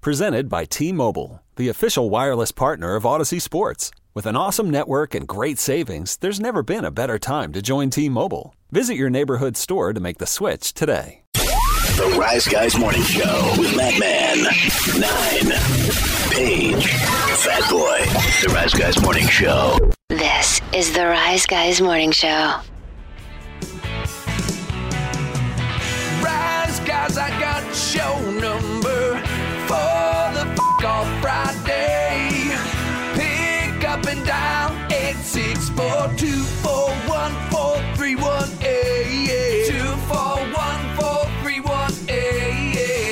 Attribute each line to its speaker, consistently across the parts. Speaker 1: Presented by T Mobile, the official wireless partner of Odyssey Sports. With an awesome network and great savings, there's never been a better time to join T Mobile. Visit your neighborhood store to make the switch today.
Speaker 2: The Rise Guys Morning Show with Matt Man, Nine, Page, Fat Boy. The Rise Guys Morning Show.
Speaker 3: This is the Rise Guys Morning Show.
Speaker 4: Rise, guys, I got show number for the f- off Friday. Pick up and dial 864-241-4318.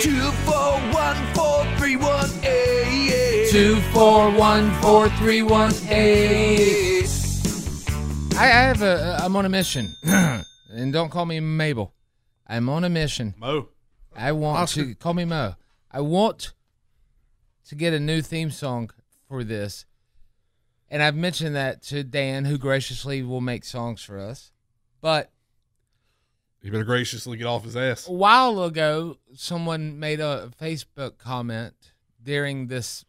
Speaker 4: 241-4318. 241-4318. 241-4318.
Speaker 5: I, I have a. I'm on a mission, and don't call me Mabel. I'm on a mission.
Speaker 6: Mo.
Speaker 5: I want to call me Mo. I want to get a new theme song for this, and I've mentioned that to Dan, who graciously will make songs for us. But
Speaker 6: You better graciously get off his ass.
Speaker 5: a while ago, someone made a Facebook comment during this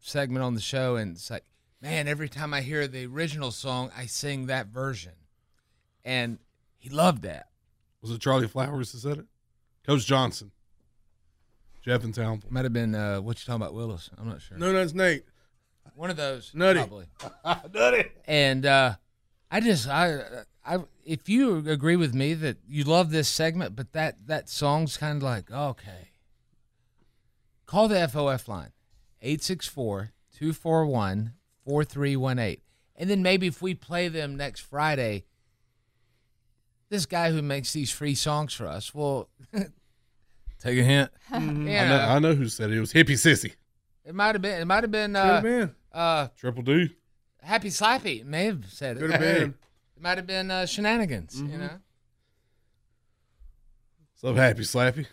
Speaker 5: segment on the show, and it's like, man, every time I hear the original song, I sing that version, and he loved that.
Speaker 6: Was it Charlie Flowers that said it? Coach Johnson. Jeff and Temple.
Speaker 5: Might have been uh, what you talking about, Willis. I'm not sure.
Speaker 6: No, no, it's Nate.
Speaker 5: One of those,
Speaker 6: Nutty.
Speaker 5: probably.
Speaker 6: Nutty.
Speaker 5: And uh, I just, I, I, if you agree with me that you love this segment, but that that song's kind of like okay. Call the FOF line, 864-241-4318. and then maybe if we play them next Friday, this guy who makes these free songs for us will take a hint.
Speaker 6: I, know, I know who said it. It was Hippie Sissy.
Speaker 5: it might have been, it might have been, uh,
Speaker 6: man.
Speaker 5: uh,
Speaker 6: Triple D.
Speaker 5: Happy Slappy may have said it.
Speaker 6: Could have been. Mm-hmm.
Speaker 5: It might have been uh, shenanigans. You know
Speaker 6: What's up, Happy Slappy?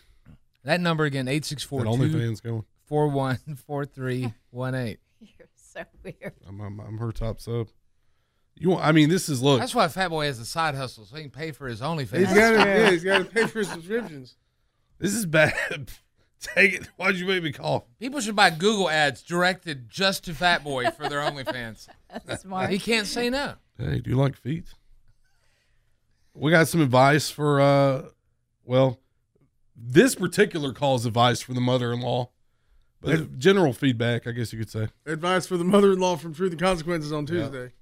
Speaker 5: that number again: eight six four
Speaker 6: That
Speaker 5: two
Speaker 6: OnlyFans going.
Speaker 5: four one four three one eight.
Speaker 7: You're so weird.
Speaker 6: I'm, I'm, I'm her top sub. You want? I mean, this is look.
Speaker 5: That's why Fatboy has a side hustle, so he can pay for his
Speaker 8: He's
Speaker 5: OnlyFans.
Speaker 8: got to, yeah, he's got to pay for his subscriptions.
Speaker 6: This is bad. Take it. Why'd you make me cough?
Speaker 5: People should buy Google ads directed just to Fatboy for their OnlyFans.
Speaker 7: That's smart.
Speaker 5: He can't say no.
Speaker 6: Hey, do you like feet? We got some advice for uh well, this particular call's advice for the mother-in-law. But general feedback, I guess you could say.
Speaker 8: Advice for the mother-in-law from Truth and Consequences on Tuesday.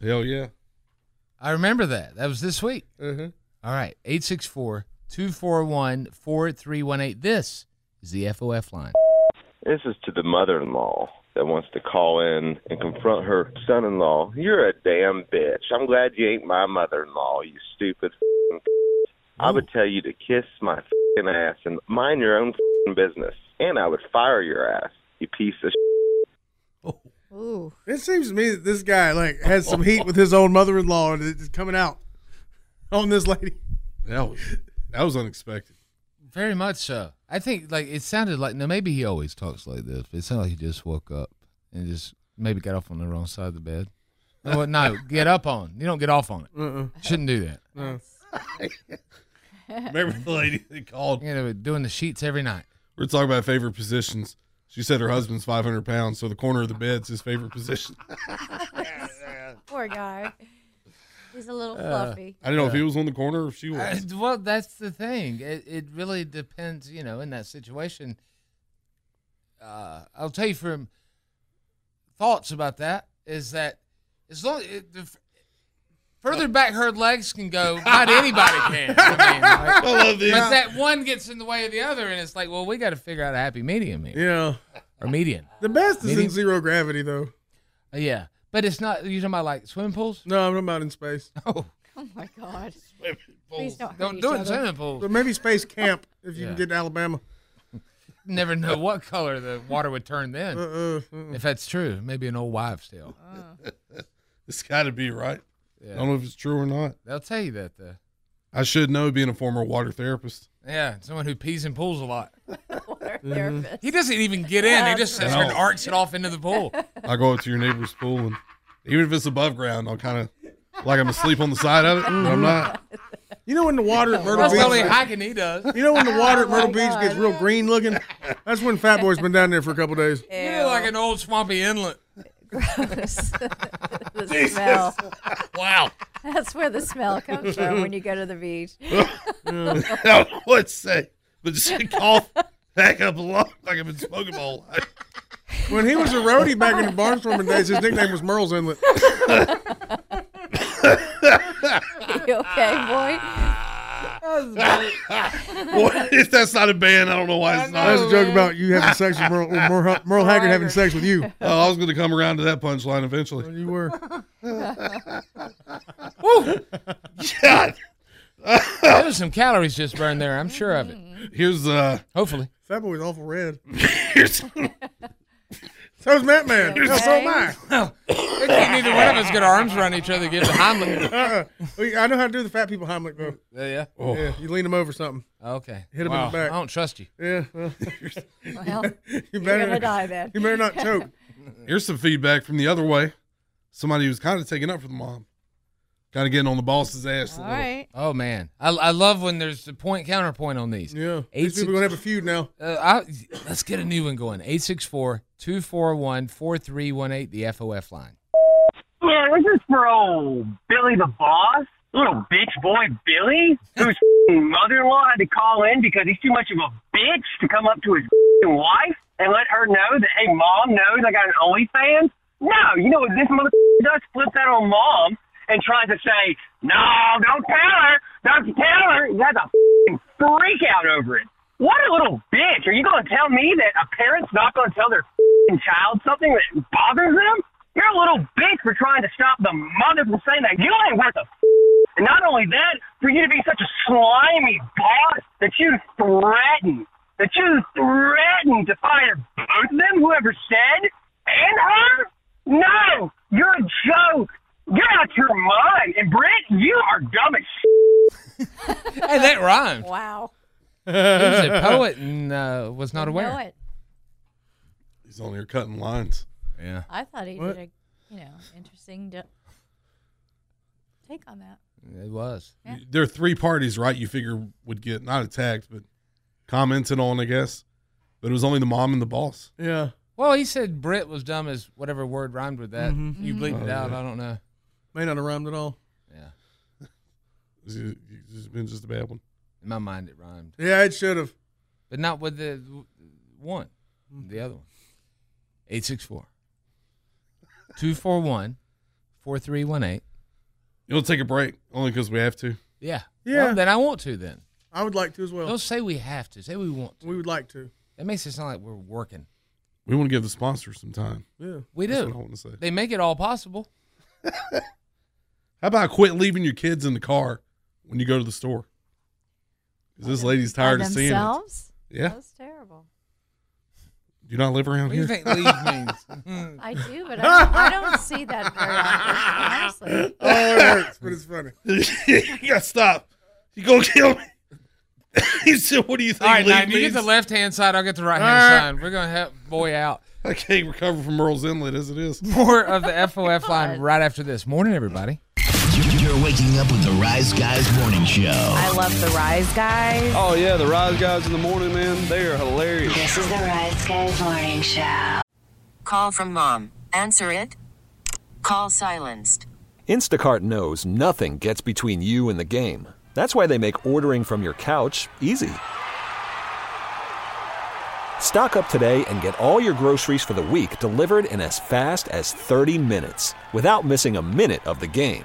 Speaker 6: Hell yeah. Mm-hmm.
Speaker 5: I remember that. That was this week.
Speaker 8: Uh-huh.
Speaker 5: All right, 864-241-4318. This is the FOF line.
Speaker 9: This is to the mother in law that wants to call in and confront her son in law. You're a damn bitch. I'm glad you ain't my mother in law, you stupid. f***ing c- I would tell you to kiss my fing ass and mind your own fing business. And I would fire your ass, you piece of shit.
Speaker 7: Ooh.
Speaker 8: It seems to me that this guy like has some heat with his own mother-in-law, and it's coming out on this lady.
Speaker 6: That was that was unexpected.
Speaker 5: Very much so. I think like it sounded like no, maybe he always talks like this. But it sounded like he just woke up and just maybe got off on the wrong side of the bed. Well, no, get up on. You don't get off on it.
Speaker 8: Uh-uh.
Speaker 5: Shouldn't do that.
Speaker 6: Remember the lady that called?
Speaker 5: You know, doing the sheets every night.
Speaker 6: We're talking about favorite positions. She said her husband's 500 pounds, so the corner of the bed's his favorite position.
Speaker 7: Poor guy. He's a little fluffy.
Speaker 6: I don't know if he was on the corner or if she
Speaker 5: Uh,
Speaker 6: was.
Speaker 5: well, that's the thing. It, it really depends, you know, in that situation. Uh, I'll tell you from thoughts about that is that as long it, the, f- further back her legs can go, not anybody can. I mean, like-
Speaker 6: love this.
Speaker 5: But that one gets in the way of the other, and it's like, well, we got to figure out a happy medium here
Speaker 8: Yeah.
Speaker 5: or median.
Speaker 8: The best is
Speaker 5: Maybe-
Speaker 8: in zero gravity, though.
Speaker 5: Uh, yeah, but it's not. You talking about like swimming pools?
Speaker 8: No, I'm not out in space.
Speaker 5: Oh,
Speaker 7: Oh my god. Please don't hurt
Speaker 5: don't
Speaker 7: each
Speaker 5: do it in
Speaker 7: other.
Speaker 5: swimming pools.
Speaker 8: But maybe space camp if you
Speaker 5: Yeah.
Speaker 8: can get to Alabama.
Speaker 5: never know what color the water would turn then.
Speaker 8: Uh-uh,
Speaker 5: If that's true, maybe an old wives' tale.
Speaker 6: It's got to be right.
Speaker 5: Yeah.
Speaker 6: I don't know if it's true or not.
Speaker 5: They'll tell you that though.
Speaker 6: I should know being a former water therapist.
Speaker 5: Yeah, someone who pees and pools a lot.
Speaker 7: Water
Speaker 8: Mm-hmm.
Speaker 7: therapist.
Speaker 5: He doesn't even get in. He just sits there and
Speaker 6: No.
Speaker 5: arcs it off into the pool.
Speaker 6: I go up to your neighbor's pool and even if it's above ground, I'll kind of like I'm asleep on the side of it, but I'm not.
Speaker 8: You know when the water at Myrtle
Speaker 5: That's the only
Speaker 8: Beach,
Speaker 5: hiking he does.
Speaker 8: you know when the water at
Speaker 7: Oh my
Speaker 8: Myrtle Beach
Speaker 7: God.
Speaker 8: gets real green looking. That's when Fat Boy's been down there for a couple days.
Speaker 5: You look like an old swampy inlet.
Speaker 7: Gross. the smell.
Speaker 5: Wow.
Speaker 7: That's where the smell comes from uh, when you go to the beach.
Speaker 6: I don't know what to say, but just cough back up a lot like I've been smoking my whole life.
Speaker 8: When he was a roadie back in the barnstorming days, his nickname was Merle's Inlet.
Speaker 7: You okay,
Speaker 6: What if that's not a band? I don't know why it's
Speaker 8: That's a
Speaker 6: not.
Speaker 8: joke about you having sex with Merle, Merle, Merle, Haggard having sex with you.
Speaker 6: Oh, I was going to come around to that punchline eventually.
Speaker 8: You were.
Speaker 6: God,
Speaker 5: There was some calories just burned there. I'm sure of it.
Speaker 8: Mm.
Speaker 6: here's uh,
Speaker 5: Hopefully.
Speaker 8: Fat Boy's awful red.
Speaker 6: here's
Speaker 8: So was Matt Man.
Speaker 7: You
Speaker 8: Yeah, so am I.
Speaker 7: okay?
Speaker 5: Neither one of us get our arms around each other. Get behind them.
Speaker 8: Uh-uh. Well, I know how to do the fat people Heimlich though.
Speaker 5: Yeah.
Speaker 6: oh,
Speaker 8: Yeah, you lean them over something.
Speaker 5: Okay.
Speaker 8: Hit 'em in the
Speaker 5: Wow.
Speaker 8: back.
Speaker 5: I don't trust you.
Speaker 8: Yeah, well,
Speaker 7: boy? Well,
Speaker 8: you
Speaker 7: you're going to
Speaker 8: better.
Speaker 7: die then.
Speaker 8: You better not choke.
Speaker 6: Here's some feedback from the other way. Somebody who's kind of taking up for the mom, kind of getting on the boss's ass. a
Speaker 7: All
Speaker 6: little.
Speaker 7: right.
Speaker 5: Oh man, I, I love when there's the point counterpoint on these.
Speaker 8: Yeah,
Speaker 5: Eight
Speaker 8: these
Speaker 5: six-
Speaker 8: people gonna have a feud now.
Speaker 5: Uh, I, let's get a new one going. 864-241-4318, the FOF line.
Speaker 10: Yeah, this is for old Billy the Boss, little bitch boy Billy, whose mother-in-law had to call in because he's too much of a bitch to come up to his wife and let her know that, hey, mom knows I got an OnlyFans. No, you know what this mother does? Flip that on mom and tries to say, no, don't tell her, don't tell her. That's a freak out over it. What a little bitch. Are you going to tell me that a parent's not going to tell their f***ing child something that bothers them? You're a little bitch for trying to stop the mother from saying that. You ain't worth a f- And not only that, for you to be such a slimy boss that you threaten, that you threaten to fire both of them, whoever said, and her? No, you're a joke. You're out your mind. And Brent, you are dumb as
Speaker 5: Hey, that rhymed.
Speaker 7: Wow.
Speaker 5: He was a poet and uh, was not
Speaker 7: Know
Speaker 5: aware.
Speaker 7: it.
Speaker 6: He's on here cutting lines.
Speaker 5: Yeah.
Speaker 7: I thought he
Speaker 8: What?
Speaker 7: did a, you know, interesting d- take on that.
Speaker 5: It was.
Speaker 6: There are three parties, right? You figure would get not attacked, but commented on, I guess. But it was only the mom and the boss.
Speaker 8: Yeah,
Speaker 5: Well, he said Brit was dumb as whatever word rhymed with that. You bleeped it out. I don't know.
Speaker 8: Mm-hmm. Oh, may not have rhymed at all.
Speaker 5: Yeah.
Speaker 6: It's it's been just a bad one.
Speaker 5: In my mind, it rhymed.
Speaker 8: Yeah, it should have.
Speaker 5: But not with the one,
Speaker 8: Mm-hmm.
Speaker 5: the other one. 864 241 4318.
Speaker 6: You'll take a break only because we have to.
Speaker 5: Yeah.
Speaker 8: Yeah.
Speaker 5: Well, then I want to then.
Speaker 8: I would like to as well.
Speaker 5: Don't say we have to. Say we want to.
Speaker 8: We would like to.
Speaker 5: That makes it sound like we're working.
Speaker 6: We want to give the sponsor some time.
Speaker 8: Yeah.
Speaker 5: We
Speaker 6: That's what I
Speaker 5: do.
Speaker 6: want to say.
Speaker 5: They make it all possible.
Speaker 6: How about quit leaving your kids in the car when you go to the store? 'Cause this lady's tired
Speaker 7: By
Speaker 6: of seeing it.
Speaker 7: themselves?
Speaker 6: Yeah.
Speaker 7: That's terrible.
Speaker 6: Do you not live around
Speaker 5: What do you
Speaker 6: here?
Speaker 5: think leave means?
Speaker 7: I do, but I, I don't see that very often, honestly.
Speaker 8: Oh, it hurts, but it's funny.
Speaker 6: you gotta stop. You gonna kill me. he said, "What do you think?"
Speaker 5: all right,
Speaker 6: leave
Speaker 5: now you get
Speaker 6: means?
Speaker 5: the left hand side, I'll get the right hand side. We're gonna help boy out.
Speaker 6: I can't recover from Earl's Inlet as it is.
Speaker 5: More of the FOF line right after this. Morning, everybody.
Speaker 2: You're waking up with the Rise Guys Morning Show.
Speaker 7: I love the Rise Guys.
Speaker 4: Oh yeah, the Rise Guys in the morning, man. They are hilarious.
Speaker 3: This is the Rise Guys Morning Show.
Speaker 11: Call from mom. Answer it. Call silenced.
Speaker 1: Instacart knows nothing gets between you and the game. That's why they make ordering from your couch easy. Stock up today and get all your groceries for the week delivered in as fast as 30 minutes without missing a minute of the game.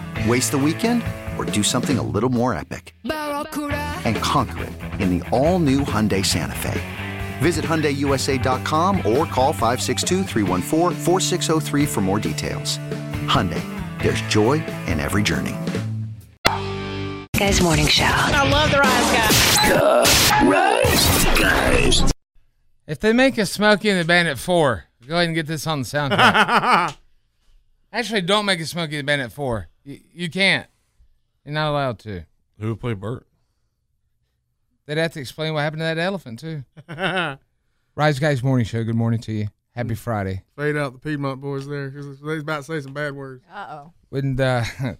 Speaker 12: Waste the weekend or do something a little more epic and conquer it in the all-new Hyundai Santa Fe? Visit HyundaiUSA.com or call 562-314-4603 for more details. Hyundai, there's joy in every journey.
Speaker 3: Guys, morning show. I love the rise guy.
Speaker 12: Guys.
Speaker 5: If they make a Smokey and the Bandit 4, go ahead and get this on the soundtrack. Actually, don't make a Smokey and the Bandit 4. You, you can't. You're not allowed to.
Speaker 6: Who would play Bert?
Speaker 5: They'd have to explain what happened to that elephant, too. Rise Guys Morning Show, good morning to you. Happy Friday.
Speaker 8: Fade out the Piedmont boys there because they was about to say some bad words.
Speaker 7: Uh oh.
Speaker 5: Wouldn't, uh,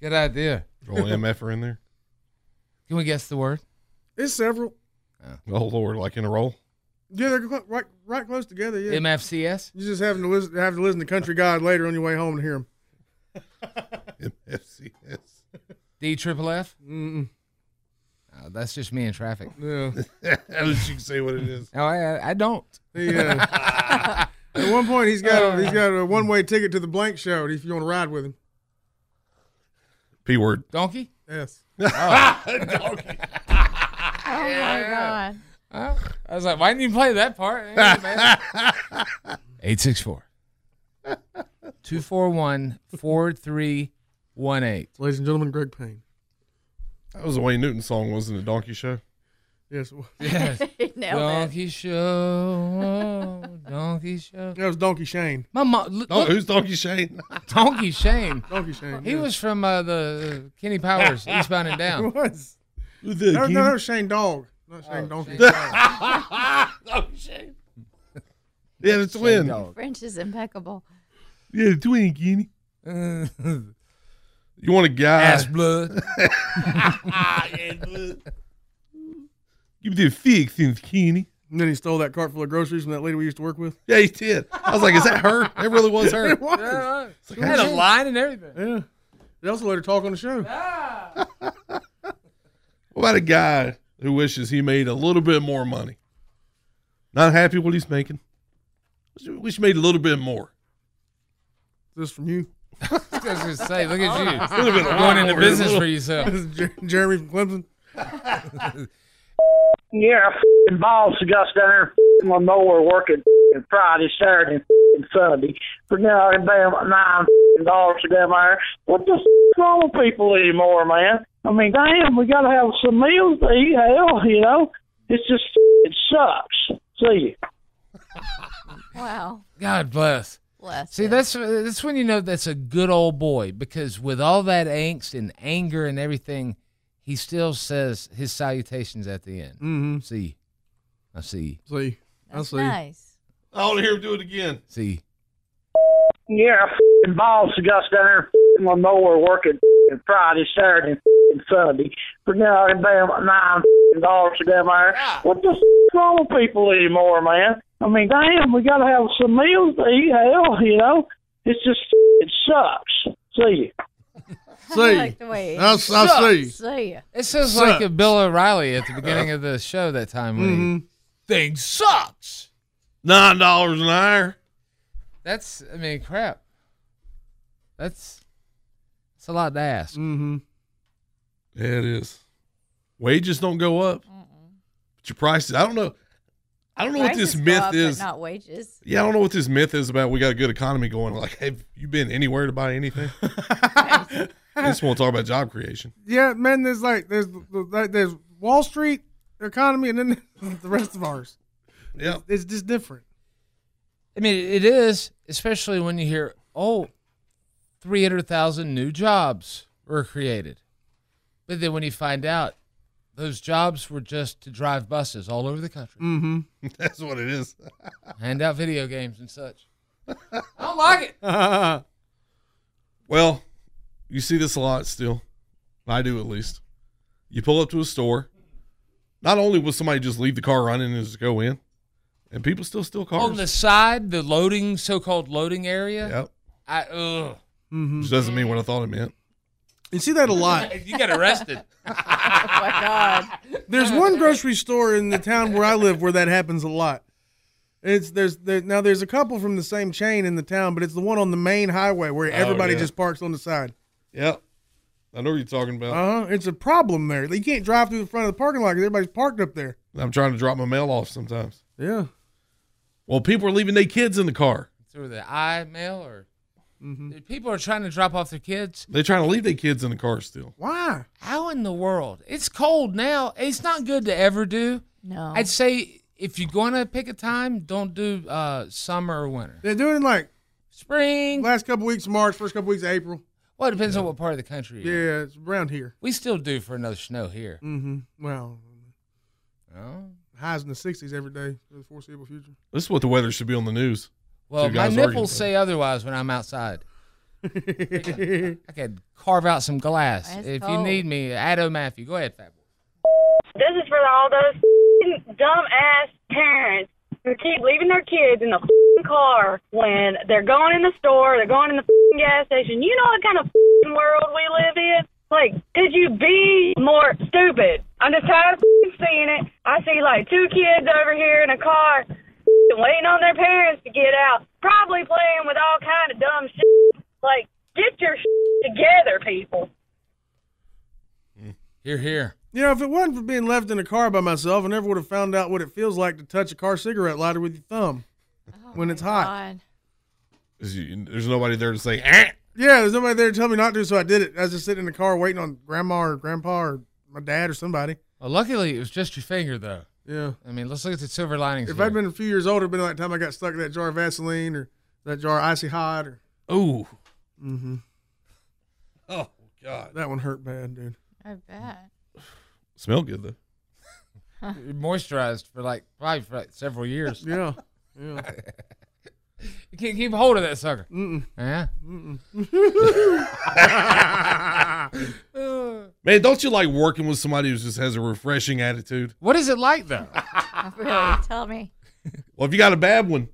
Speaker 5: good idea.
Speaker 6: Roll MF in there.
Speaker 5: Can we guess the word?
Speaker 8: It's several.
Speaker 6: Oh Lord, like in a roll.
Speaker 8: Yeah, they're clo- right, right close together. Yeah.
Speaker 5: MFCS.
Speaker 8: You just having to listen, have to listen to Country God later on your way home to hear him.
Speaker 6: MFCS.
Speaker 5: D triple F? Mm-mm. Oh, that's just me in traffic.
Speaker 8: Yeah.
Speaker 6: How did you say what it is?
Speaker 5: No, I, I don't.
Speaker 8: He, uh, at one point, he's got a, he's got
Speaker 5: Uh.
Speaker 8: a one way ticket to the blank show. If you want to ride with him,
Speaker 6: P word.
Speaker 5: Donkey?
Speaker 8: Yes.
Speaker 5: Donkey.
Speaker 7: Oh my god.
Speaker 5: I was like, why didn't you play that part? Eight six four. 241 4318.
Speaker 8: Ladies and gentlemen, Greg Payne.
Speaker 6: That was a Wayne Newton song, wasn't it? Donkey Show.
Speaker 8: Yes, it was.
Speaker 5: Yes.
Speaker 7: Nailed it.
Speaker 5: Donkey Show. Donkey Show.
Speaker 8: that was Donkey Shane.
Speaker 5: My mom, look,
Speaker 6: Oh, who's Donkey Shane?
Speaker 5: Donkey Shane.
Speaker 8: Donkey Shane.
Speaker 5: He
Speaker 8: yeah.
Speaker 5: was from uh, the Kenny Powers, Eastbound and
Speaker 8: It
Speaker 5: Down.
Speaker 8: was.
Speaker 6: Who's
Speaker 8: No, no, no, Shane Dog. Not Shane
Speaker 7: Oh,
Speaker 8: Donkey.
Speaker 5: Oh,
Speaker 6: Donkey Shane. Yeah, the twin.
Speaker 5: Dog.
Speaker 7: French is impeccable.
Speaker 6: Yeah, the twin, Kenny. You want a guy?
Speaker 5: Ass blood.
Speaker 6: Give me the fig things, Kenny.
Speaker 8: And then he stole that cart full of groceries from that lady we used to work with.
Speaker 6: Yeah, he did. I was like, is that her? It really was her.
Speaker 8: It was.
Speaker 5: Yeah, right. had a line and everything.
Speaker 8: Yeah. They also let her talk on the show.
Speaker 6: What about a guy who wishes he made a little bit more money? Not happy what he's making. Wish he made a little bit more.
Speaker 8: This from you.
Speaker 5: I was gonna say, look at you
Speaker 6: Little bit
Speaker 5: going into
Speaker 6: more.
Speaker 5: business for yourself.
Speaker 8: This is Jer- Jeremy from Clemson.
Speaker 10: Yeah, f***ing balls to go down there f***ing lawnmower working f***ing Friday, Saturday, and f***ing Sunday. For now, I'm paying nine f***ing dollars to go down there. What the f*** is wrong with people anymore, man? I mean, damn, we gotta have some meals to eat. Hell, you know, it's just f***ing it sucks. See you.
Speaker 7: Wow.
Speaker 5: God bless.
Speaker 7: Bless.
Speaker 5: See,
Speaker 7: it.
Speaker 5: that's that's when you know that's a good old boy because with all that angst and anger and everything, he still says his salutations at the end.
Speaker 8: Mm-hmm.
Speaker 5: See, I see,
Speaker 8: See, I
Speaker 7: That's
Speaker 8: see.
Speaker 7: nice.
Speaker 6: I want to hear him do it again.
Speaker 5: see.
Speaker 10: Yeah, f***ing balls to go down there f***ing lawnmower working f***ing Friday, Saturday, and f***ing Sunday. For now, I'm paying nine f***ing dollars to go down there. What the f*** is wrong with people anymore, man? I mean, damn, we gotta have some meals to eat. Hell, you know, it's just f***ing it sucks. See you.
Speaker 7: I
Speaker 8: See.
Speaker 7: like the way
Speaker 8: I, I see.
Speaker 7: See ya.
Speaker 5: It sounds
Speaker 8: Sucks.
Speaker 5: like a Bill O'Reilly at the beginning of the show that time when he-
Speaker 8: Mhm.
Speaker 5: thing sucks.
Speaker 6: Nine dollars an hour.
Speaker 5: That's I mean crap. That's that's a lot to ask.
Speaker 8: Mm-hmm.
Speaker 6: Yeah, it is. Wages don't go up, but your prices. I don't know. I don't know what this
Speaker 7: Prices go
Speaker 6: myth
Speaker 7: up, but
Speaker 6: is.
Speaker 7: not wages.
Speaker 6: Yeah, I don't know what this myth is about. We got a good economy going. Like, have you been anywhere to buy anything? I just want to talk about job creation.
Speaker 8: Yeah, man. There's like there's like there's Wall Street economy, and then the rest of ours.
Speaker 6: Yeah,
Speaker 8: it's, just different.
Speaker 5: I mean, it is, especially when you hear, oh, 300,000 new jobs were created. But then when you find out, those jobs were just to drive buses all over the country.
Speaker 8: Mm-hmm.
Speaker 6: That's what it is.
Speaker 5: Hand out video games and such. I don't like it.
Speaker 6: well, you see this a lot still. I do at least. You pull up to a store. Not only will somebody just leave the car running and just go in, and people still steal cars.
Speaker 5: On the side, the loading, so-called loading area.
Speaker 6: Yep.
Speaker 5: I ugh. Mm-hmm.
Speaker 6: Which doesn't mean what I thought it meant.
Speaker 8: You see that a lot.
Speaker 5: you get arrested.
Speaker 6: Oh
Speaker 8: There's
Speaker 5: Oh,
Speaker 8: one grocery store in the town where I live where that happens a lot. It's there's there, now there's a couple from the same chain in the town, but it's the one on the main highway where
Speaker 6: Oh,
Speaker 8: everybody
Speaker 6: yeah.
Speaker 8: just parks on the side.
Speaker 6: Yep. I know what you're talking
Speaker 5: Oh.
Speaker 6: about.
Speaker 5: Uh-huh.
Speaker 8: Uh huh. It's a problem there. You can't drive through the front of the parking lot 'cause everybody's parked up there.
Speaker 6: I'm trying to drop my mail off sometimes.
Speaker 8: Yeah.
Speaker 6: Well, people are leaving their kids in the car.
Speaker 5: Through the eye mail or
Speaker 6: Mm-hmm.
Speaker 5: Dude, people are trying to drop off their kids.
Speaker 6: They're trying to leave their kids in the car still.
Speaker 8: Why?
Speaker 5: How in the world? It's cold now. It's not good to ever do.
Speaker 7: No.
Speaker 5: I'd say if you're gonna pick a time, don't do uh, summer or winter.
Speaker 8: They're doing like
Speaker 5: spring.
Speaker 8: Last couple weeks of March, first couple weeks of April.
Speaker 5: Well, it depends on what part of the country.
Speaker 8: Yeah,
Speaker 5: You're in.
Speaker 8: it's around here.
Speaker 5: We still do for another snow here.
Speaker 8: Mm-hmm. Well,
Speaker 5: Oh.
Speaker 8: highs in the 60s every day for the foreseeable future.
Speaker 6: This is what the weather should be on the news.
Speaker 5: Well,
Speaker 6: Two
Speaker 5: my
Speaker 6: guys arguing.
Speaker 5: nipples say otherwise when I'm outside. I could carve out some glass
Speaker 13: That's
Speaker 5: if you
Speaker 13: cold.
Speaker 5: need me. Addo Matthew, go ahead, Fat Boy.
Speaker 13: This is for all those f***ing dumbass parents who keep leaving their kids in the f***ing car when they're going in the store, they're going in the f***ing gas station. You know what kind of f***ing world we live in? Like, could you be more stupid? I'm just tired of f***ing seeing it. I see like two kids over here in a car f***ing waiting on their parents to get out, probably playing with all kind of dumb shit. Like, get your shit together, people.
Speaker 5: Here, here.
Speaker 8: You know, if it wasn't for being left in a car by myself, I never would have found out what it feels like to touch a car cigarette lighter with your thumb when it's hot.
Speaker 6: Is you- There's nobody there to say, "Eh."
Speaker 8: Yeah, there's nobody there to tell me not to, so I did it. I was just sitting in the car waiting on grandma or grandpa or my dad or somebody.
Speaker 5: Well, luckily it was just your finger, though.
Speaker 8: Yeah.
Speaker 5: I mean, let's look at the silver linings.
Speaker 8: If
Speaker 5: here.
Speaker 8: I'd been a few years older, it'd been like the time I got stuck in that jar of Vaseline or that jar of Icy Hot or.
Speaker 6: Oh.
Speaker 8: Mm-hmm.
Speaker 6: Oh, God.
Speaker 8: That one hurt bad, dude.
Speaker 7: I bet.
Speaker 6: Smell good, though.
Speaker 5: You're moisturized for like probably for like several years.
Speaker 8: Yeah. Yeah.
Speaker 5: you can't keep hold of that sucker.
Speaker 8: Mm-mm.
Speaker 5: Yeah.
Speaker 6: Man, don't you like working with somebody who just has a refreshing attitude?
Speaker 5: What is it like, though?
Speaker 7: really? Tell me.
Speaker 6: Well, if you got a bad one,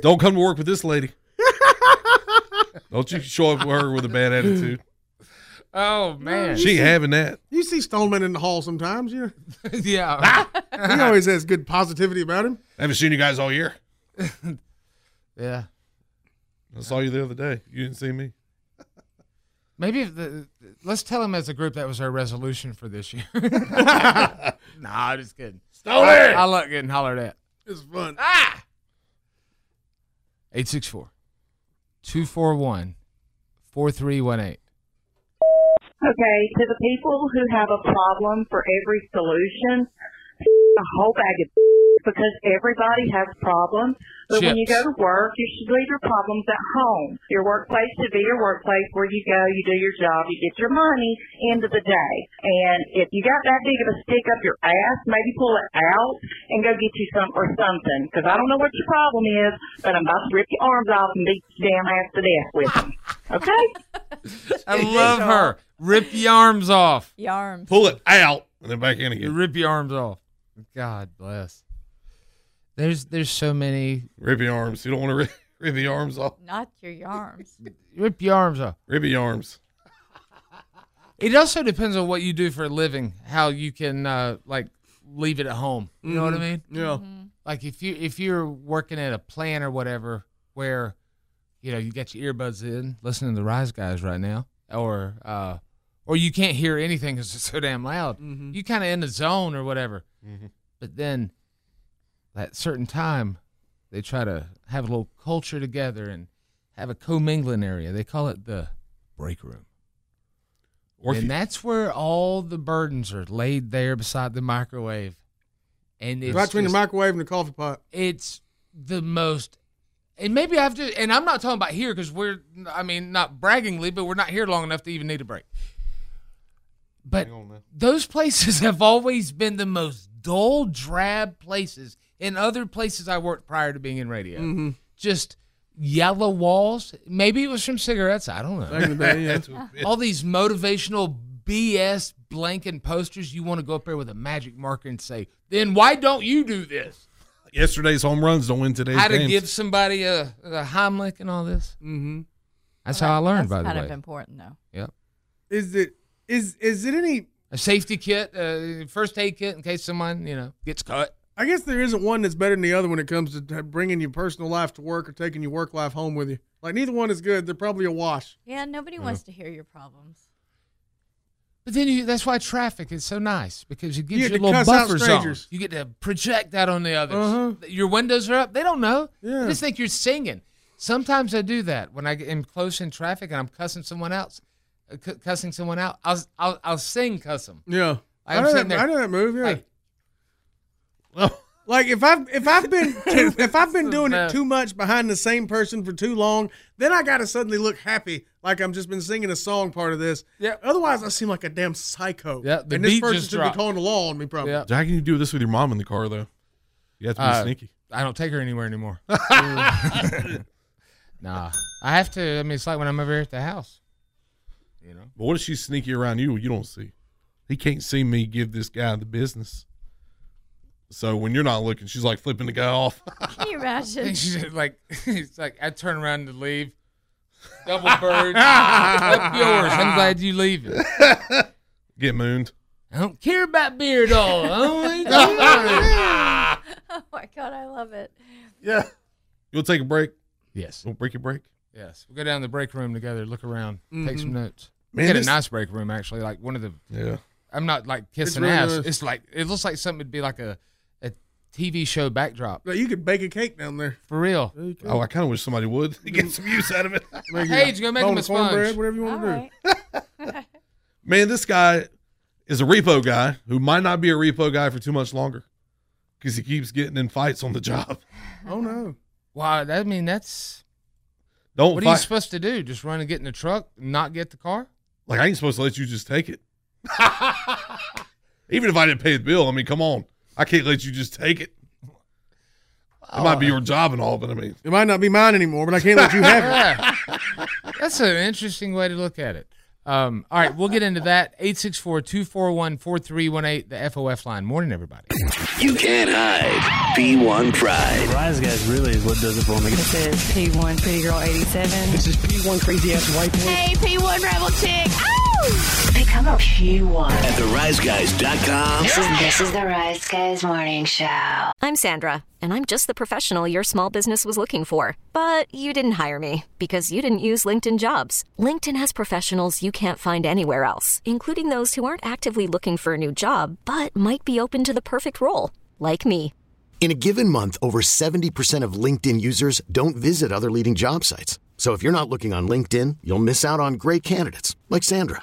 Speaker 6: don't come to work with this lady. don't you show up with her with a bad attitude.
Speaker 5: Oh man.
Speaker 6: She having that.
Speaker 8: You see Stoneman in the hall sometimes, you
Speaker 5: yeah.
Speaker 8: know. He always has good positivity about him.
Speaker 6: Haven't seen you guys all year.
Speaker 5: Yeah.
Speaker 6: I saw you the other day. You didn't see me.
Speaker 5: Maybe if the, let's tell him as a group that was our resolution for this year. nah, I'm just kidding.
Speaker 6: Stole
Speaker 5: I,
Speaker 6: it!
Speaker 5: I like getting hollered at.
Speaker 8: It's fun.
Speaker 5: Ah! 864 241 4318.
Speaker 14: Okay, to the people who have a problem for every solution, a whole bag of because everybody has problems. But when you go
Speaker 15: Chips.
Speaker 14: to work, you should leave your problems at home. Your workplace should be your workplace where you go, you do your job, you get your money, end of the day. And if you got that big of a stick up your ass, maybe pull it out and go get you some or something. Because I don't know what your problem is, but I'm about to rip your arms off and beat your damn ass to death with them. Okay?
Speaker 5: I love her. Rip your arms off.
Speaker 7: Yarm.
Speaker 6: Pull it out and then back in again.
Speaker 5: Rip your arms off. God bless. There's there's so many.
Speaker 6: Rip your arms. You don't want to rip, rip your arms off.
Speaker 7: Not your yarms.
Speaker 5: Rip your arms off.
Speaker 6: Rip your arms.
Speaker 5: It also depends on what you do for a living, how you can uh, like leave it at home. You know what I
Speaker 6: Mm-hmm.
Speaker 8: Mhm.
Speaker 5: mean?
Speaker 8: Yeah. Mhm.
Speaker 5: Like if you if you're working at a plant or whatever, where you know you got your earbuds in, listening to the Rise Guys right now, or uh, or you can't hear anything because it's so damn loud. You kind of in the zone or whatever. But then that certain time they try to have a little culture together and have a commingling area. They call it the break room.
Speaker 6: Or if
Speaker 5: and
Speaker 6: you-
Speaker 5: that's where all the burdens are laid there beside the microwave. And it's
Speaker 8: Right between the
Speaker 5: just-
Speaker 8: microwave and the coffee pot.
Speaker 5: It's the most, and maybe I have to, and I'm not talking about here because we're, I mean, not braggingly, but we're not here long enough to even need a break. But those places have always been the most dull, drab places in other places I worked prior to being in radio.
Speaker 8: Mhm.
Speaker 5: Just yellow walls. Maybe it was from cigarettes. I don't know.
Speaker 8: Back in the day, yeah. That's what-
Speaker 5: All these motivational BS blanking posters. You want to go up there with a magic marker and say, then why don't you do this?
Speaker 6: Yesterday's home runs don't win today's
Speaker 5: How to
Speaker 6: games.
Speaker 5: give somebody a, a Heimlich and all this.
Speaker 8: Mm-hmm.
Speaker 5: That's how I learned, by the way.
Speaker 7: kind of important, though.
Speaker 5: Yep.
Speaker 8: Is it is is it any
Speaker 5: A safety kit, uh, first aid kit in case someone, you know, gets cut.
Speaker 8: I guess there isn't one that's better than the other when it comes to t- bringing your personal life to work or taking your work life home with you. Like neither one is good. They're probably a wash.
Speaker 7: Yeah, nobody wants to hear your problems.
Speaker 5: But then you, that's why traffic is so nice because it gives you,
Speaker 8: You get
Speaker 5: a
Speaker 8: to
Speaker 5: little
Speaker 8: cuss out
Speaker 5: buffer zone.
Speaker 8: strangers. Uh-huh.
Speaker 5: You get to project that on the others. Your windows are up. They don't know. They just think you're singing. Sometimes I do that when I get in close in traffic and I'm cussing someone else, uh, cu- cussing someone out. I'll I'll, I'll sing cuss them.
Speaker 8: Yeah.
Speaker 5: Like,
Speaker 8: I
Speaker 5: I'm
Speaker 8: know,
Speaker 5: sitting
Speaker 8: that,
Speaker 5: there-
Speaker 8: I know that move. Yeah.
Speaker 5: Like-
Speaker 8: like if I've if I've been too, if I've been doing it
Speaker 5: best.
Speaker 8: too much behind the same person for too long, then I gotta suddenly look happy, like I'm just been singing a song part of this.
Speaker 5: Yeah.
Speaker 8: Otherwise, I seem like a damn psycho.
Speaker 5: Yeah, the
Speaker 8: and this
Speaker 5: beat
Speaker 8: person
Speaker 5: just
Speaker 8: should
Speaker 5: dropped.
Speaker 8: be calling the law on me, probably.
Speaker 5: Yeah.
Speaker 6: How can you do this with your mom in the car though? You have to be
Speaker 5: Uh,
Speaker 6: sneaky.
Speaker 5: I don't take her anywhere anymore. nah, I have to. I mean, it's like when I'm over here at the house. You know.
Speaker 6: But what if she's sneaky around you? You don't see. He can't see me give this guy the business. So when you're not looking, she's like flipping the guy off.
Speaker 7: Can you imagine?
Speaker 5: And she's just like, it's like I turn around to leave. Double bird. Up yours. I'm glad you leave it.
Speaker 6: Get mooned.
Speaker 5: I don't care about beer at all. Only
Speaker 7: oh my god, I love it.
Speaker 6: Yeah. You'll take a break.
Speaker 5: Yes.
Speaker 6: We'll break your break.
Speaker 5: Yes, we'll go down to the break room together, look around, take some
Speaker 8: Mm-hmm.
Speaker 6: Mhm.
Speaker 5: notes.
Speaker 6: Man,
Speaker 5: we had
Speaker 6: this-
Speaker 5: a nice break room actually, like one of the.
Speaker 6: Yeah.
Speaker 5: I'm not like kissing
Speaker 8: really
Speaker 5: ass.
Speaker 8: nice.
Speaker 5: It's like it looks like something would be like a, a TV show backdrop
Speaker 8: Like, you could bake a cake down there.
Speaker 5: for real.
Speaker 6: Oh, I kind of wish somebody would get some use out of it.
Speaker 5: Paige, go make him a sponge.
Speaker 8: cornbread, whatever you want to do.
Speaker 6: Man, this guy is a repo guy who might not be a repo guy for too much longer because he keeps getting in fights on the job.
Speaker 8: Oh no.
Speaker 5: Wow, that, I mean that's.
Speaker 6: Don't
Speaker 5: what are you
Speaker 6: fight.
Speaker 5: supposed to do? Just run and get in the truck, and not get the car?
Speaker 6: like I ain't supposed to let you just take it. Even if I didn't pay the bill, I mean, come on, I can't let you just take it. It might be your job and all, but I mean,
Speaker 8: It might not be mine anymore, but I can't let you have it.
Speaker 5: That's an interesting way to look at it. Um, all right, we'll get into that. 864 241 4318, the FOF line. Morning, everybody.
Speaker 2: You can't hide P1 Pride.
Speaker 15: Rise Guys really is what does it for me.
Speaker 3: This is P1 Pretty Girl 87.
Speaker 15: This is P1 Crazy Ass White Boy.
Speaker 3: Hey, P1 Rebel Chick. Oh! Become a P1.
Speaker 2: At theriseguys.com.
Speaker 3: This is the Rise Guys Morning Show.
Speaker 16: I'm Sandra, and I'm just the professional your small business was looking for. But you didn't hire me because you didn't use LinkedIn jobs. LinkedIn has professionals you can't find anywhere else, including those who aren't actively looking for a new job but might be open to the perfect role, like me.
Speaker 17: In a given month, over 70% of LinkedIn users don't visit other leading job sites. So if you're not looking on LinkedIn, you'll miss out on great candidates like Sandra.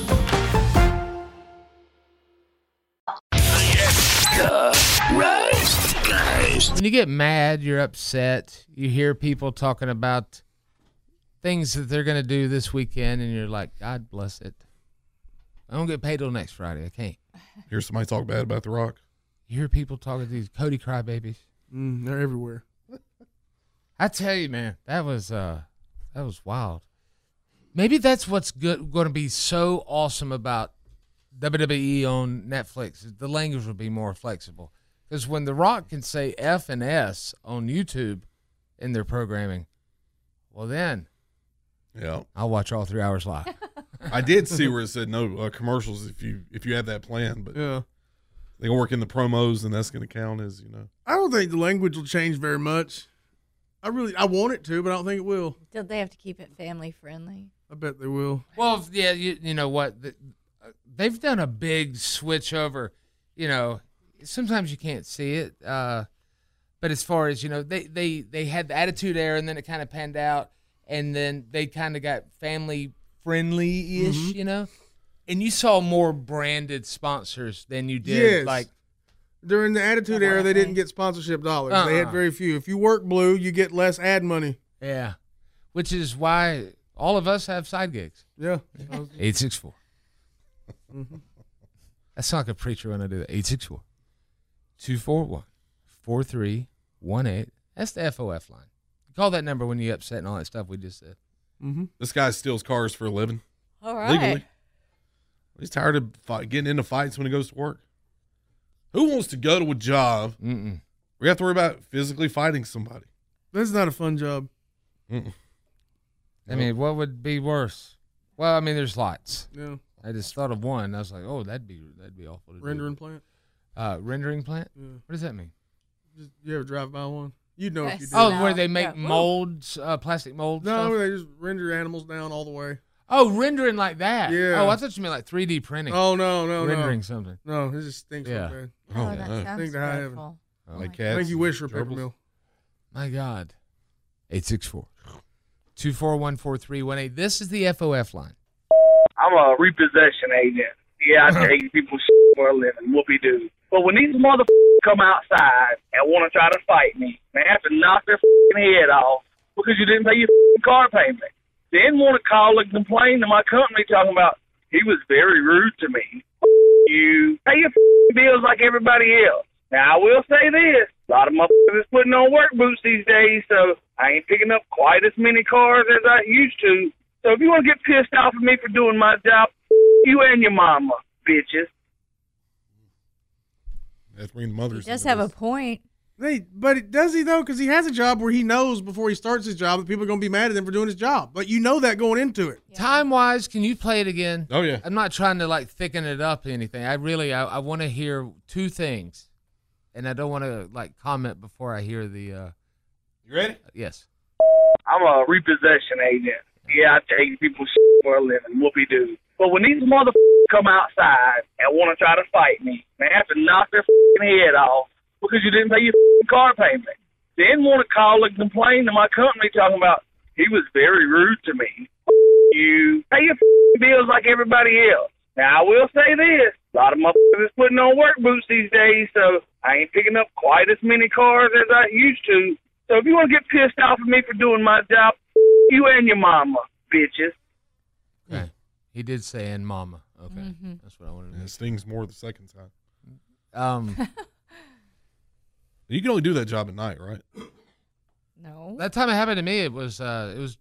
Speaker 2: Rise Guys.
Speaker 5: When you get mad, you're upset, you hear people talking about things that they're going to do this weekend, and you're like, God bless it. I don't get paid till next Friday. I can't.
Speaker 6: hear somebody talk bad about The Rock.
Speaker 5: You hear people talking to these Cody crybabies.
Speaker 8: Mm, they're everywhere.
Speaker 5: I tell you, man, that was uh that was wild. Maybe that's what's good going to be so awesome about WWE on Netflix, the language would be more flexible. Because when The Rock can say F and S on YouTube in their programming, well, then
Speaker 6: Yeah.
Speaker 5: I'll watch all three hours live.
Speaker 6: I did see where it said no uh, commercials if you if you have that plan, but
Speaker 8: Yeah.
Speaker 6: they can work in the promos and that's going to count as you know.
Speaker 8: I don't think the language will change very much. I really, I want it to, but I don't think it will.
Speaker 7: Did they have to keep it family friendly?
Speaker 8: I bet they will.
Speaker 5: Well, if- yeah, you, you know what? The, uh, they've done a big switch over. You know, sometimes you can't see it. Uh, but as far as, you know, they, they, they had the attitude era and then it kind of panned out. And then they kind of got family friendly ish,
Speaker 8: Mm-hmm.
Speaker 5: you know? And you saw more branded sponsors than you did.
Speaker 8: Yes.
Speaker 5: Like,
Speaker 8: During the Attitude Era, they didn't get sponsorship dollars. They had
Speaker 5: Uh-uh.
Speaker 8: very few. If you work blue, you get less ad money.
Speaker 5: yeah. Which is why all of us have side gigs.
Speaker 8: Yeah.
Speaker 5: 864.
Speaker 6: Mm-hmm.
Speaker 5: That sounds like a preacher when I do that. 864 241 4318. That's the FOF line. Call that number when you're upset and all that stuff we just said.
Speaker 8: Mm-hmm.
Speaker 6: This guy steals cars for a living.
Speaker 7: All right.
Speaker 6: Legally. He's tired of fight, getting into fights when he goes to work. Who wants to go to a job?
Speaker 5: Mm-mm.
Speaker 6: We have to worry about physically fighting somebody.
Speaker 8: This is not a fun job.
Speaker 6: Mm-mm.
Speaker 5: I mean, what would be worse? Well, I mean, there's lots.
Speaker 8: Yeah.
Speaker 5: I just thought of one. I was like, oh, that'd be that'd be awful. To do.
Speaker 8: Rendering plant.
Speaker 5: Uh, rendering plant.
Speaker 8: Yeah.
Speaker 5: What does that mean?
Speaker 8: Just, you ever drive by one? You'd know if you did.
Speaker 5: Oh, where they make molds, uh, plastic molds.
Speaker 8: No, where they just render animals down all the way.
Speaker 5: Oh, rendering like that.
Speaker 8: Yeah.
Speaker 5: Oh, I thought you meant like 3D printing.
Speaker 8: Oh no, no, no.
Speaker 5: rendering something.
Speaker 8: No, it just stinks
Speaker 5: Yeah.
Speaker 8: so bad.
Speaker 6: Oh, Oh, that no. sounds
Speaker 8: Think to high heaven.
Speaker 6: dreadful.
Speaker 5: Oh,
Speaker 6: Like
Speaker 8: I think
Speaker 6: cats
Speaker 8: you wish for a
Speaker 6: and
Speaker 8: paper
Speaker 6: gerbils.
Speaker 8: mill.
Speaker 5: My God. 864 241 4318. This is the FOF line.
Speaker 18: I'm a repossession agent. Yeah, I take people's for a living. Whoopie doo. But when these motherfuckers come outside and want to try to fight me, they have to knock their fucking head off because you didn't pay your fucking car payment. Then want to call and complain to my company talking about he was very rude to me. F- You pay your fucking bills like everybody else. Now I will say this: a lot of motherfuckers is putting on work boots these days, so I ain't picking up quite as many cars as I used to. So if you want to get pissed off at me for doing my job, f- you and your mama, bitches.
Speaker 6: That's bringing mothers.
Speaker 7: does have a point.
Speaker 8: They, but it, does he though? Because he has a job where he knows before he starts his job that people are going to be mad at him for doing his job. But you know that going into it.
Speaker 5: Time wise, can you play it again?
Speaker 6: Oh, yeah.
Speaker 5: I'm not trying to like thicken it up or anything. I really, I, I want to hear two things. And I don't want to like comment before I hear the. Uh,
Speaker 6: you ready?
Speaker 5: Yes.
Speaker 18: I'm a repossession agent. Yeah, I take people's for a living. Whoopie doo. But when these motherfuckers come outside and want to try to fight me, they have to knock their fucking head off because you didn't pay your fucking car payment. Then want to call and complain to my company talking about he was very rude to me. F- You pay your fucking bills like everybody else. Now I will say this: a lot of motherfuckers is putting on work boots these days, so I ain't picking up quite as many cars as I used to. So if you want to get pissed off at me for doing my job, f- you and your mama, bitches.
Speaker 5: He did say, and mama. Okay.
Speaker 6: Mm-hmm.
Speaker 18: Mhm.
Speaker 5: That's what I wanted to
Speaker 6: It stings more the second time.
Speaker 5: Um,
Speaker 6: You can only do that job at night, right?
Speaker 7: No.
Speaker 5: That time it happened to me, it was uh, it was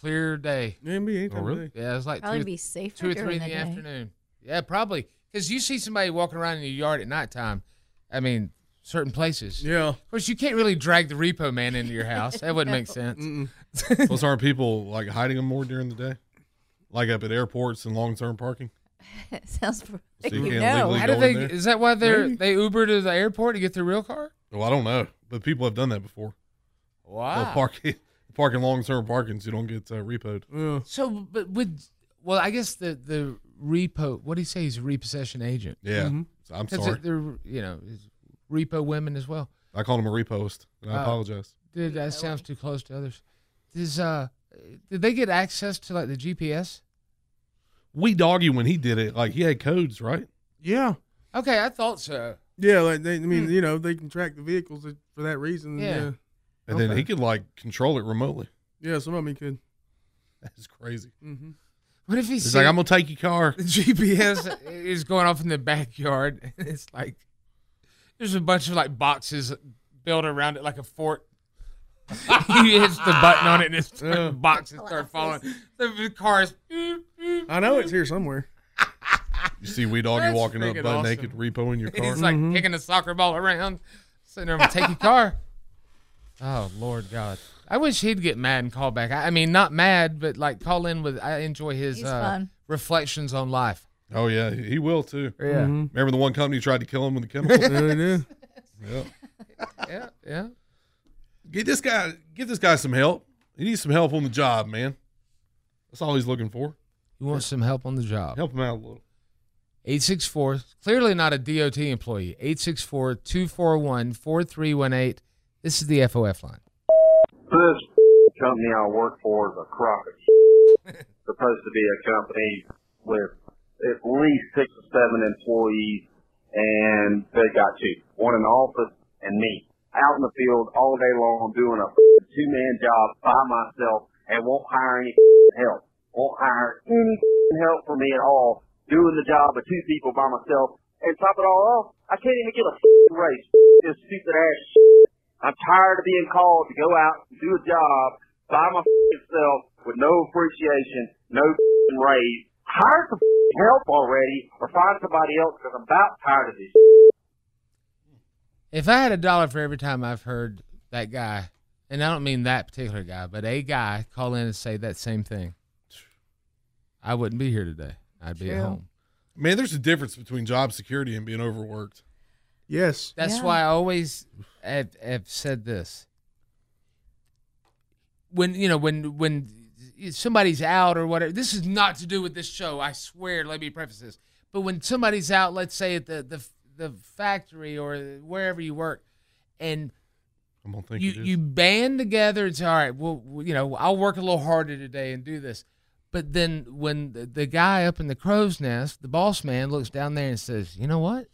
Speaker 5: clear day.
Speaker 8: NBA
Speaker 6: Oh, really?
Speaker 5: Yeah, it was like
Speaker 7: Probably
Speaker 5: two,
Speaker 7: be safer
Speaker 5: two or
Speaker 7: during
Speaker 5: three in
Speaker 7: the
Speaker 5: the,
Speaker 7: day.
Speaker 5: afternoon. Yeah, probably because you see somebody walking around in your yard at nighttime. I mean, certain places.
Speaker 8: Yeah.
Speaker 5: Of course, you can't really drag the repo man into your house. That wouldn't make sense.
Speaker 6: Plus, aren't people like hiding them more during the day, like up at airports and long-term parking?
Speaker 7: Sounds for
Speaker 6: So you
Speaker 7: you
Speaker 6: can't
Speaker 7: know.
Speaker 6: legally
Speaker 5: How do
Speaker 6: go in
Speaker 5: they?
Speaker 6: there?
Speaker 5: Is that why they're
Speaker 6: Maybe.
Speaker 5: they Uber to the airport to get their real car?
Speaker 6: Well, I don't know, but people have done that before.
Speaker 5: Wow.
Speaker 6: They'll park parking long-term parking so you don't get uh, repoed.
Speaker 5: So, but with well, I guess the the repo. What do you say? He's a repossession agent.
Speaker 6: Yeah. Mhm. I'm
Speaker 5: 'Cause
Speaker 6: sorry.
Speaker 5: They're you know is repo women as well.
Speaker 6: I called him a repost, and I
Speaker 5: Uh,
Speaker 6: apologize.
Speaker 5: Dude, that sounds too close to others. Does uh, did they get access to like the GPS?
Speaker 6: We doggy when he did it, like he had codes, right?
Speaker 8: Yeah.
Speaker 5: Okay, I thought so.
Speaker 8: Yeah, like they, I
Speaker 7: Hmm.
Speaker 8: mean, you know, they can track the vehicles for that reason.
Speaker 5: Yeah.
Speaker 8: Yeah. Yeah,
Speaker 6: And then
Speaker 8: Okay.
Speaker 6: he could like control it remotely.
Speaker 8: some of them could.
Speaker 6: That's crazy.
Speaker 8: Mm-hmm.
Speaker 5: What if he
Speaker 6: He's
Speaker 5: said-
Speaker 6: like, I'm gonna take your car.
Speaker 5: The GPS is going off in the backyard. And it's like there's a bunch of like boxes built around it like a fort. you hit the button on it and it's
Speaker 8: Yeah.
Speaker 5: boxes start falling. The, the car is.
Speaker 8: I know it's here somewhere.
Speaker 6: You see Weed Doggy
Speaker 5: That's
Speaker 6: walking up
Speaker 5: freaking
Speaker 6: butt
Speaker 5: awesome.
Speaker 6: naked, repoing your car.
Speaker 5: He's like
Speaker 7: Mm-hmm.
Speaker 5: kicking a soccer ball around, sitting there, I'm gonna take your car. Oh Lord God, I wish he'd get mad and call back. I, I mean, not mad, but like call in with. I enjoy his
Speaker 7: He's
Speaker 5: uh,
Speaker 7: fun.
Speaker 5: reflections on life.
Speaker 6: Oh yeah, he he will too.
Speaker 5: Yeah. Mm-hmm.
Speaker 8: Mhm.
Speaker 6: Remember the one company tried to kill him with a chemical?
Speaker 8: Yeah, they
Speaker 6: Yeah.
Speaker 5: Yeah, yeah.
Speaker 6: Get this guy. Get this guy some help. He needs some help on the job, man. That's all he's looking for.
Speaker 5: You want some help on the job?
Speaker 6: Help him out a little.
Speaker 5: 864, clearly not a DOT employee. 864 241 4318. This is the FOF line.
Speaker 19: This company I work for is a crock of supposed to be a company with at least six or seven employees, and they got two. One in the office and me. Out in the field all day long doing a two-man job by myself and won't hire any help. Won't hire any help for me at all. Doing the job of two people by myself. And top it all off, I can't even get a raise. This stupid ass I'm tired of being called to go out and do a job by my f***ing self with no appreciation, no f***ing raise. Hire some f***ing help already or find somebody else because I'm about tired of this shit.
Speaker 5: If I had a dollar for every time I've heard that guy, and I don't mean that particular guy, but a guy call in and say that same thing, I wouldn't be here today. I'd be at
Speaker 6: True.
Speaker 5: home.
Speaker 6: Man, there's a difference between job security and being overworked.
Speaker 8: Yes.
Speaker 5: That's
Speaker 8: Yeah.
Speaker 5: why I always have, have said this. When you know when when somebody's out or whatever, this is not to do with this show. I swear. Let me preface this. But when somebody's out, let's say at the the the factory or wherever you work, and
Speaker 6: I'm gonna think
Speaker 5: you
Speaker 6: it is.
Speaker 5: you band together and say, all right, well, well, you know, I'll work a little harder today and do this. But then when the, the guy up in the crow's nest, the boss man looks down there and says, you know what?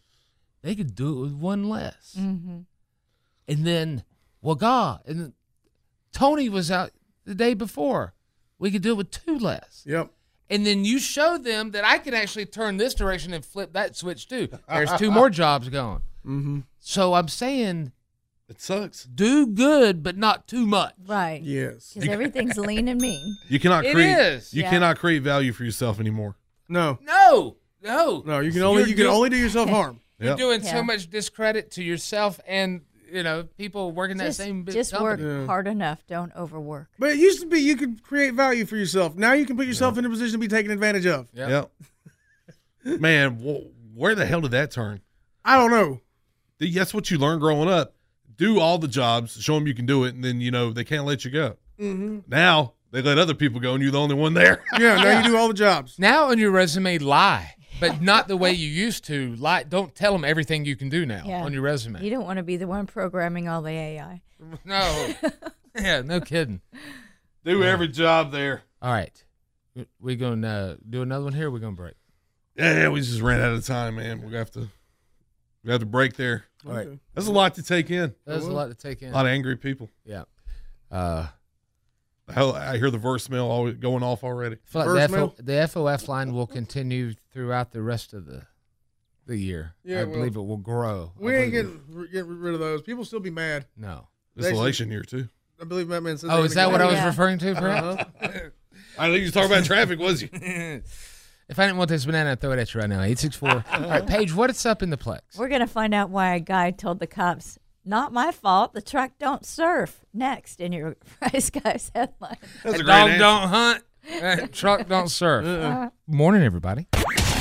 Speaker 5: They could do it with one less.
Speaker 7: Mm-hmm.
Speaker 5: And then, well, God, and then Tony was out the day before. We could do it with two less.
Speaker 8: Yep.
Speaker 5: And then you show them that I can actually turn this direction and flip that switch too. There's two more jobs gone.
Speaker 8: Mm-hmm.
Speaker 5: So I'm saying
Speaker 6: it sucks.
Speaker 5: Do good, but not too much.
Speaker 7: Right.
Speaker 8: Yes.
Speaker 7: Because everything's lean and mean.
Speaker 6: You cannot
Speaker 5: It
Speaker 6: create.
Speaker 5: is.
Speaker 6: You
Speaker 7: Yeah.
Speaker 6: cannot create value for yourself anymore.
Speaker 8: No.
Speaker 5: No, no,
Speaker 8: No, you can only- you can only do yourself harm.
Speaker 5: You're
Speaker 6: Yep.
Speaker 5: doing
Speaker 7: Yeah.
Speaker 5: so much discredit to yourself and you know people working that
Speaker 7: Just,
Speaker 5: same bit
Speaker 7: just work
Speaker 5: company.
Speaker 7: hard enough. Don't overwork.
Speaker 8: But it used to be you could create value for yourself. Now you can put yourself in a position to be taken advantage of.
Speaker 6: Yep. Man, wh- where the hell did that turn?
Speaker 8: I don't know.
Speaker 6: That's what you learned growing up. Do all the jobs, show them you can do it, and then you know they can't let you go.
Speaker 8: Mm-hmm.
Speaker 6: Now they let other people go, and you're the only one there.
Speaker 8: Yeah, now you do all the jobs.
Speaker 5: Now on your resume, lie, but not the way you used to. Lie. Don't tell them everything you can do now
Speaker 7: Yeah.
Speaker 5: on your resume.
Speaker 7: You don't want to be the one programming all the AI.
Speaker 5: No. yeah, no kidding.
Speaker 6: Do every job there.
Speaker 5: All right, we're gonna uh, do another one here. We're gonna break.
Speaker 6: Yeah, we just ran out of time, man. We have to, we have to break there.
Speaker 5: All right. Okay.
Speaker 6: that's a lot to take in.
Speaker 5: That's a lot to take in.
Speaker 6: A lot of angry people.
Speaker 5: Yeah. Uh,
Speaker 6: I, I hear the voicemail always going off already.
Speaker 5: I feel like the, FO, the FOF line will continue throughout the rest of the the year.
Speaker 8: Yeah,
Speaker 5: I
Speaker 8: it will.
Speaker 5: believe it will grow.
Speaker 8: We
Speaker 5: I
Speaker 8: ain't
Speaker 5: believe it-
Speaker 8: getting r- getting rid of those. People still be mad.
Speaker 5: no.
Speaker 6: This
Speaker 8: They should-
Speaker 6: election year too.
Speaker 8: I believe Batman says.
Speaker 5: Oh,
Speaker 8: they're
Speaker 5: is
Speaker 8: gonna
Speaker 5: that what I
Speaker 8: get
Speaker 5: was
Speaker 8: rid of-
Speaker 5: referring to, perhaps?
Speaker 8: Uh-huh.
Speaker 6: I think you was talking about traffic, was you?
Speaker 5: If I didn't want this banana, I'd throw it at you right now. 864. All right, Paige, what's up in the plex?
Speaker 7: We're gonna find out why a guy told the cops, "Not my fault. The truck don't surf." Next in your Rice Guys headline.
Speaker 6: That's
Speaker 5: a great Dog don't hunt. That truck don't serve.
Speaker 8: Uh-uh.
Speaker 5: Morning, everybody.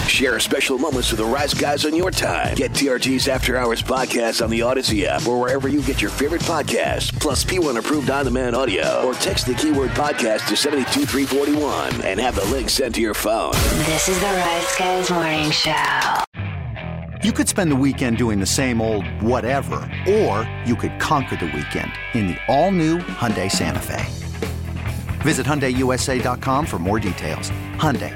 Speaker 2: Share special moments with the Rise Guys on your time. Get TRT's After Hours podcast on the Odyssey app or wherever you get your favorite podcast. Plus P1 approved on-demand audio or text the keyword podcast to 72341 and have the link sent to your phone.
Speaker 3: This is the Rise Guys Morning Show.
Speaker 12: You could spend the weekend doing the same old whatever, or you could conquer the weekend in the all-new Hyundai Santa Fe. Visit HyundaiUSA.com for more details. Hyundai,